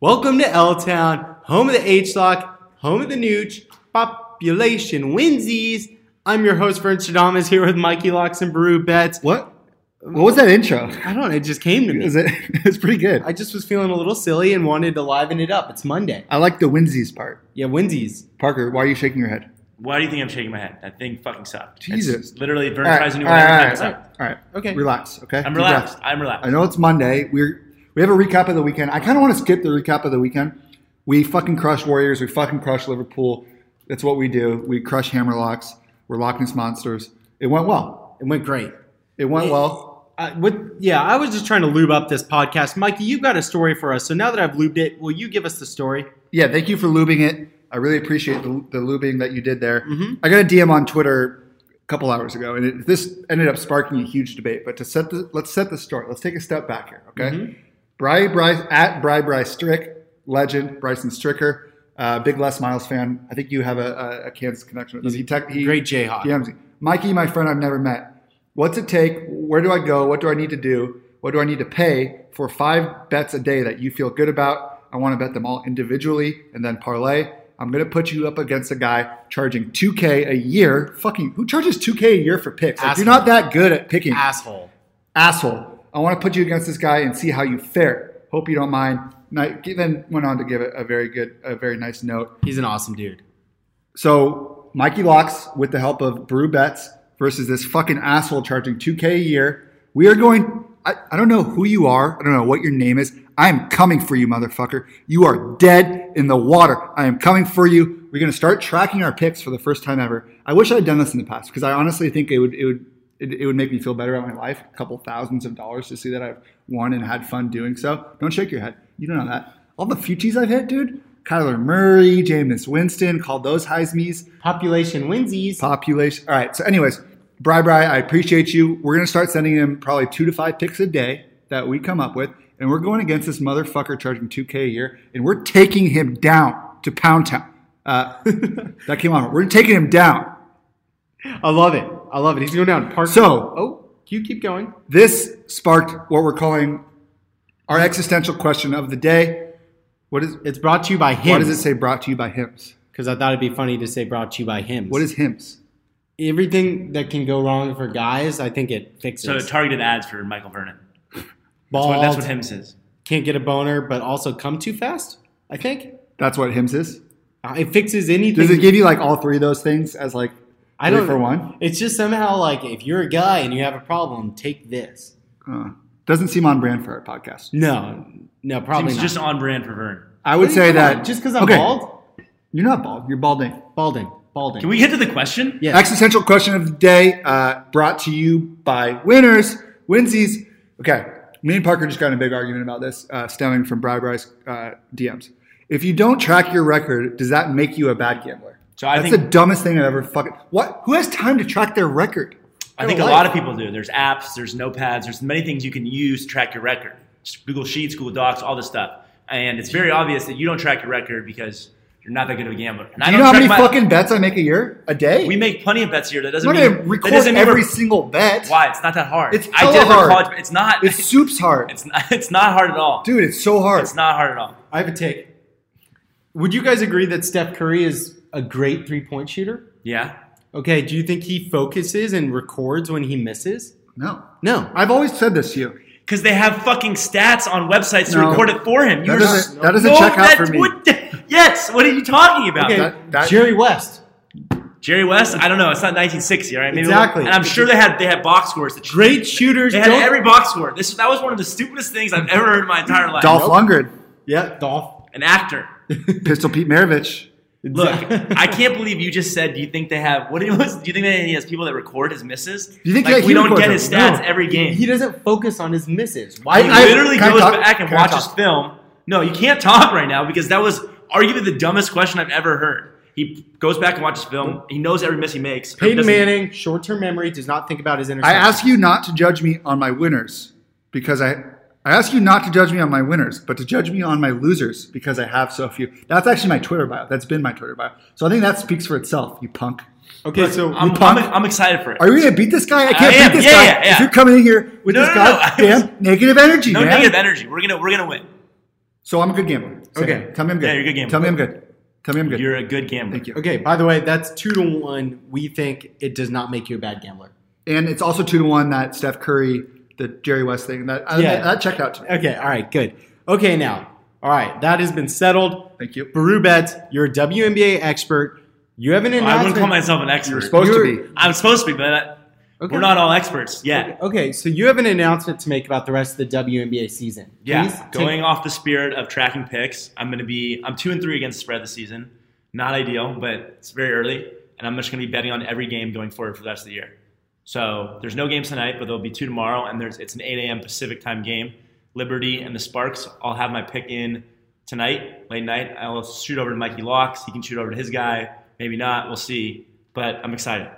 Welcome to L Town, home of the H Lock, home of the Nooch, population winsies. I'm your host, Vern Stradamus, here with Mikey Locks and Brew Betts. What? Um, What was that intro? I don't know, it just came to me. Is it? It's pretty good. I just was feeling a little silly and wanted to liven it up. It's Monday. I like the Winsies part. Yeah, winsies. Parker, why are you shaking your head? Why do you think I'm shaking my head? That thing fucking sucked. It's Jesus. literally, Vern All right, tries a new all one right, every all right, time. It's all like, right, all right. Okay. Relax. Okay. I'm Deep relaxed. breaths. I'm relaxed. I know it's Monday. We're we have a recap of the weekend. I kind of want to skip the recap of the weekend. We fucking crush Warriors. We fucking crush Liverpool. That's what we do. We crush Hammerlocks. We're Loch Ness monsters. It went well. It went great. It went It- well. Uh, with, yeah, I was just trying to lube up this podcast. Mikey, you've got a story for us. So now that I've lubed it, will you give us the story? Yeah. Thank you for lubing it. I really appreciate the, the lubing that you did there. I got a DM on Twitter a couple hours ago, and it, this ended up sparking a huge debate. But to set the let's set the story. Let's take a step back here. Okay. Bry Bry at Bry Bry Strick, legend Bryson Stricker, uh, big Les Miles fan. I think you have a, a, a Kansas connection with him. He tech, he Great Jayhawk. DMs me. Mikey, my friend I've never met. What's it take? Where do I go? What do I need to do? What do I need to pay for five bets a day that you feel good about? I want to bet them all individually and then parlay. I'm going to put you up against a guy charging 2K a year. Fucking, who charges 2K a year for picks? Like, Asshole. you're not that good at picking Asshole. asshole. I want to put you against this guy and see how you fare. Hope you don't mind. And I then went on to give it a very good, a very nice note. He's an awesome dude. So Mikey Locks, with the help of Brew Bets versus this fucking asshole charging 2K a year, we are going. I, I don't know who you are. I don't know what your name is. I am coming for you, motherfucker. You are dead in the water. I am coming for you. We're going to start tracking our picks for the first time ever. I wish I'd done this in the past because I honestly think it would it would it, it would make me feel better about my life. A couple thousands of dollars to see that I've won and had fun doing so. Don't shake your head. You don't know that. All the futies I've hit, dude. Kyler Murray, Jameis Winston, called those Heisme's Population winsies. population. All right. So, anyways, Bri Bri, I appreciate you. We're gonna start sending him probably two to five picks a day that we come up with, and we're going against this motherfucker charging two k a year, and we're taking him down to Pound Town. Uh, that came on. We're taking him down. I love it. I love it. He's going down. Park. So- oh, you keep going. This sparked what we're calling our existential question of the day. What is? It's brought to you by him. Why does it say brought to you by hymns? Because I thought it'd be funny to say brought to you by him. What is hymns? everything that can go wrong for guys? I think it fixes. so targeted ads for Michael Vernon. That's Bald, what, that's what him says. can't get a boner, but also come too fast. I think That's what hymns is. Uh, it fixes anything. Does it give you like all three of those things as like I three don't for one? It's just somehow like if you're a guy and you have a problem, take this. Uh, doesn't seem on brand for our podcast. No, no, probably Seems not. just on brand for Vern. I would What do you say mean, that just because I'm Okay, bald, you're not bald. You're balding. balding, balding. Can we get to the question? Yeah. Existential question of the day, uh, brought to you by winners, Winsies. Okay, me and Parker just got in a big argument about this, uh, stemming from Bri Bri's uh, DMs. If you don't track your record, does that make you a bad gambler? So I That's think- the dumbest thing I've ever fucking. What? Who has time to track their record? I think a don't lot like- of people do. There's apps, there's notepads, there's many things you can use to track your record. Just Google Sheets, Google Docs, all this stuff. And it's very obvious that you don't track your record because you're not that good of a gambler. And I Do you don't know how many track my- fucking bets I make a year? A day? We make plenty of bets here. That doesn't I'm not mean gonna that record doesn't mean we're- every single bet. why it's not that hard. It's I did hella it for hard. college. It's not. It's soup's hard, It's not, it's not hard at all. dude. It's so hard. It's not hard at all. I have a take. Would you guys agree that Steph Curry is a great three point shooter? Yeah. Okay, do you think he focuses and records when he misses? no, Uh, No. I've always said this to you. Because they have fucking stats on websites to No. record it for him. That You're doesn't- s- that doesn't no, check out that for me. would- yes. What are you talking about? Okay, That- that- Jerry West. Jerry West. I don't know. It's not 1960. All right. Maybe Exactly. And I'm sure they had they had box scores. That Great shooters. They had don't- every box score. This that was one of the stupidest things I've ever heard in my entire life. Dolph Lundgren, Yeah, Dolph. An actor. Pistol Pete Maravich. Look, I can't believe you just said. Do you think they have what it was? Do you think that he has people that record his misses? Do you think like, that we he don't records get them? his stats No, every he- game? He, doesn't focus on his misses. He Why? I- literally can I goes talk? back and Can I watches talk? film. No, you can't talk right now because that was arguably the dumbest question I've ever heard. He goes back and watches film. He knows every miss he makes. Peyton Doesn't- Manning, short term memory, does not think about his I interception. ask you not to judge me on my winners because I I ask you not to judge me on my winners, but to judge me on my losers because I have so few. That's actually my Twitter bio. That's been my Twitter bio. So I think that speaks for itself. You punk. Okay, so I'm, I'm, punk. I'm excited for it. Are you gonna beat this guy? I can't am. beat this Yeah, guy. yeah, yeah. If you're coming in here with No, this no, no, no. goddamn negative energy, no e- man. negative energy. We're gonna we're gonna win. So I'm a good gambler. Say Okay. it. Tell me I'm good. Yeah, you're a good gambler. Tell me I'm good. Tell me I'm good. You're a good gambler. Thank you. Okay, by the way, that's two to one. We think it does not make you a bad gambler. And it's also two to one that Steph Curry, the Jerry West thing. That I- Yeah. that checked out to me. Okay, all right, good. Okay, now, all right, that has been settled. Thank you. Baru Betts, you're a WNBA expert. You have an I announcement. wouldn't call myself an expert. You're supposed to You're- be. I'm supposed to be, but I- Okay. we're not all experts yet. Okay, okay, so you have an announcement to make about the rest of the WNBA season. Yeah, Please take- going off the spirit of tracking picks, I'm going to be I'm two and three against the spread this season. Not ideal, but it's very early, and I'm just going to be betting on every game going forward for the rest of the year. So there's no games tonight, but there'll be two tomorrow, and there's it's an 8 a.m. Pacific time game. Liberty and the Sparks. I'll have my pick in tonight, late night. I'll shoot over to Mikey Locks. He can shoot over to his guy. Maybe not. We'll see. But I'm excited.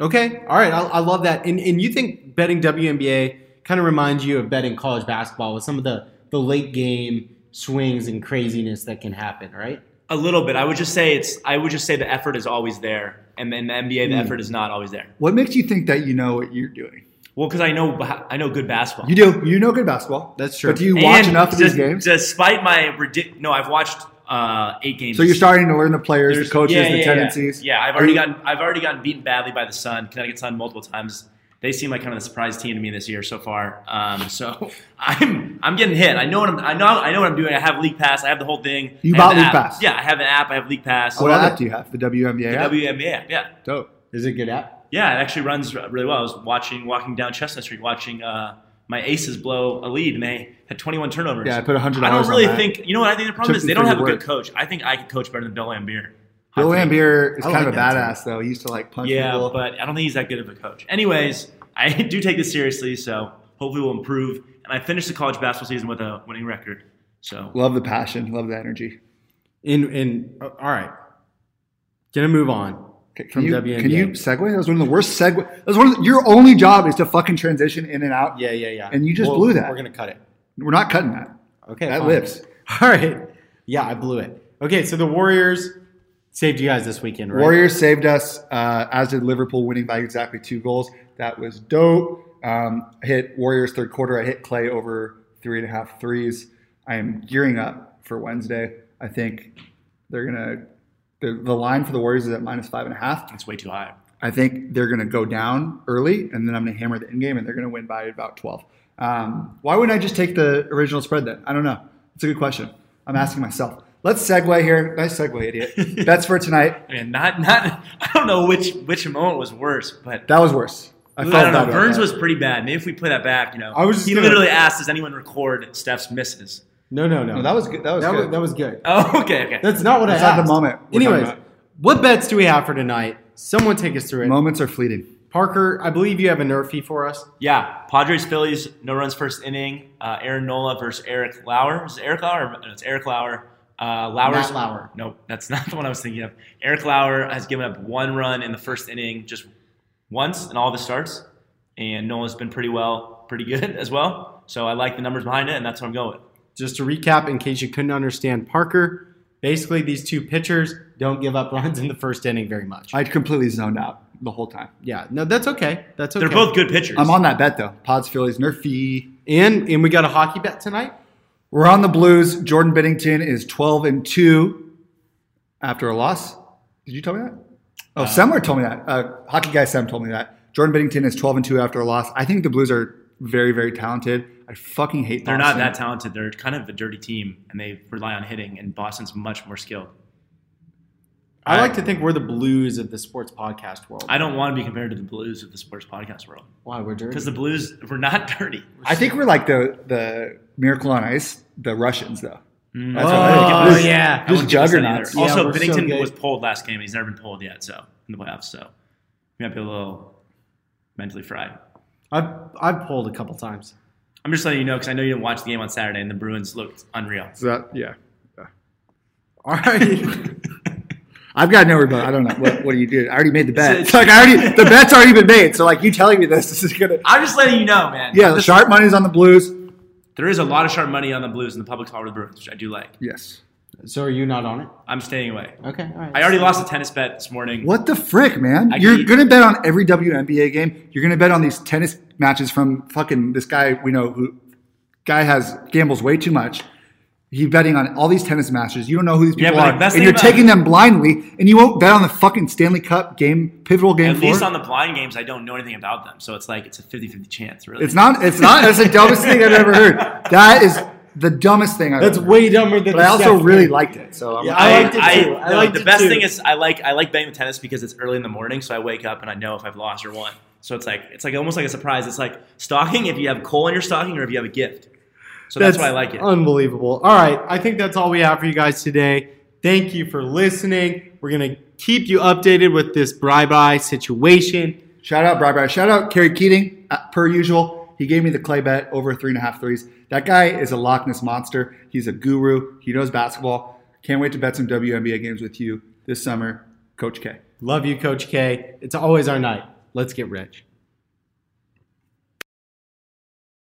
Okay, all right, I, I love that. And, and you think betting WNBA kind of reminds you of betting college basketball with some of the, the late game swings and craziness that can happen, right? A little bit. I would just say it's. I would just say the effort is always there, and in the NBA, Hmm. the effort is not always there. What makes you think that you know what you're doing? Well, because I know ba- I know good basketball. You do. You know good basketball. That's true. But do you watch And enough of des- these games? Despite my ridic- no, I've watched uh, eight games. so you're starting to learn the players, There's- the coaches, yeah, yeah, the yeah. tendencies. Yeah, I've Are already you- gotten I've already gotten beaten badly by the Sun, Connecticut Sun, multiple times. They seem like kind of the surprise team to me this year so far. Um, so I'm I'm getting hit. I know what I'm I know I know what I'm doing. I have League Pass. I have the whole thing. You I have bought the League app. Pass? Oh, Yeah, I have an app. I have League Pass. What Well, app I- do you have? The WNBA The app. WNBA. Yeah. Dope. Is it a good app? Yeah, it actually runs really well. I was watching, walking down Chestnut Street, watching uh, my Aces blow a lead, and they had 21 turnovers. Yeah, I put $100 I don't on really that. think. You know what? I think the problem Took is me they don't for have a your good word. coach. I think I could coach better than Bill Lambier. Bill I think. Lambier is I kind like of a that badass though. He used to like punch Yeah, people. but I don't think he's that good of a coach. Anyways, I do take this seriously, so hopefully we'll improve. And I finished the college basketball season with a winning record. So love the passion. Love the energy. In in uh, all right, gonna move on. Okay, can From you, WNBA. Can you segue? That was one of the worst segue. That was one of the- your only job is to fucking transition in and out. Yeah, yeah, yeah. And you just blew that. We're gonna cut it. We're not cutting that. Okay, That fine. lives. All right. Yeah, I blew it. Okay, so the Warriors saved you guys this weekend, right? Warriors saved us, uh, as did Liverpool, winning by exactly two goals. That was dope. Um, I hit Warriors third quarter. I hit Clay over three and a half threes. I am gearing up for Wednesday. I think they're gonna. The, the line for the Warriors is at minus five and a half. it's way too high. I think they're going to go down early, and then I'm going to hammer the end game, and they're going to win by about 12. Um, why wouldn't I just take the original spread then? I don't know. It's a good question. I'm asking myself. Let's segue here. Nice segue, idiot. That's for tonight. I mean, not not. I don't know which which moment was worse, but That was worse. I, felt don't know. bad about Burns that. was pretty bad. Maybe if we play that back, you know, I was just he gonna- literally asked, "Does anyone record Steph's misses?" No, no, no. No, that was good. That was that good. was, that was good. Oh, okay, okay. That's not what That's I not asked. the moment we're talking Anyways, about. what bets do we have for tonight? Someone take us through it. Moments are fleeting. Parker, I believe you have a nerfie for us. yeah, Padres Phillies no runs first inning. Uh, Aaron Nola versus Eric Lauer. Is it Eric Lauer? No, it's Eric Lauer. Uh, Lauer's, Matt Lauer. Nope, that's not the one I was thinking of. Eric Lauer has given up one run in the first inning, just once in all of his starts, and Nola's been pretty well, pretty good as well. So I like the numbers behind it, and that's what I'm going with. Just to recap, in case you couldn't understand, Parker, basically these two pitchers don't give up runs in the first inning very much. I completely zoned out the whole time. yeah, no, that's okay. That's okay. They're both good pitchers. I'm on that bet though. Pods, Phillies, Nerfie. And and we got a hockey bet tonight. We're on the Blues. Jordan Bennington is 12 and 2 after a loss. Did you tell me that? Oh, Semler told me that. Uh, hockey guy Sem told me that. Jordan Bennington is 12 and 2 after a loss. I think the Blues are very, very talented. I fucking hate They're not Boston. that talented. They're kind of a dirty team, and they rely on hitting. And Boston's much more skilled. I I- like to think we're the blues of the sports podcast world. I don't want to be compared to the Blues of the sports podcast world Why we're dirty? because the Blues were not dirty. I think we're like the the Miracle on Ice, the Russians though. Mm. That's what Oh, I think. This- yeah. this I wouldn't give us that either. juggernauts. Yeah, Also, we're so Bennington good. was pulled last game. He's never been pulled yet, so in the playoffs, so he might be a little mentally fried. I've I've pulled a couple times. I'm just letting you know because I know you didn't watch the game on Saturday, and the Bruins looked unreal. So that- yeah. All right. I've got nowhere but I don't know. What, what do you do? I already made the bet. It's- like I already the bet's already been made. So like you telling me this, this is gonna I'm just letting you know, man. Yeah, the sharp money's on the Blues. There is a lot of sharp money on the Blues and the public call with the Bruins, which I do like. Yes. so are you not on it? I'm staying away. Okay. All right. I already lost a tennis bet this morning. What the frick, man? I You're keep- gonna bet on every WNBA game. You're gonna bet on these tennis matches from fucking this guy we know who guy has gambles way too much. You're betting on all these tennis matches. You don't know who these Yeah, people but are, the best and thing you're about- taking them blindly, and you won't bet on the fucking Stanley Cup game, pivotal game At four. least on the blind games, I don't know anything about them. So it's like it's a 50-50 chance, really. it's not. It's not. That's the dumbest thing I've ever heard. That is the dumbest thing I've That's ever way dumber than. Heard. But I the also Steph really thing. liked it. So I'm Yeah, like, I liked it too. I no, liked the it best too. thing is I like I like betting the tennis because it's early in the morning, so I wake up and I know if I've lost or won. So it's like it's like almost like a surprise. It's like stocking if you have coal in your stocking or if you have a gift. So that's, why I like it. Unbelievable. All right, I think that's all we have for you guys today. Thank you for listening. We're gonna keep you updated with this bye bye situation. Shout out, Brian. Shout out, Kerry Keating. Uh, per usual, he gave me the clay bet over three and a half threes. That guy is a Loch Ness monster. He's a guru. He knows basketball. Can't wait to bet some WNBA games with you this summer, Coach K. Love you, Coach K. It's always our night. Let's get rich.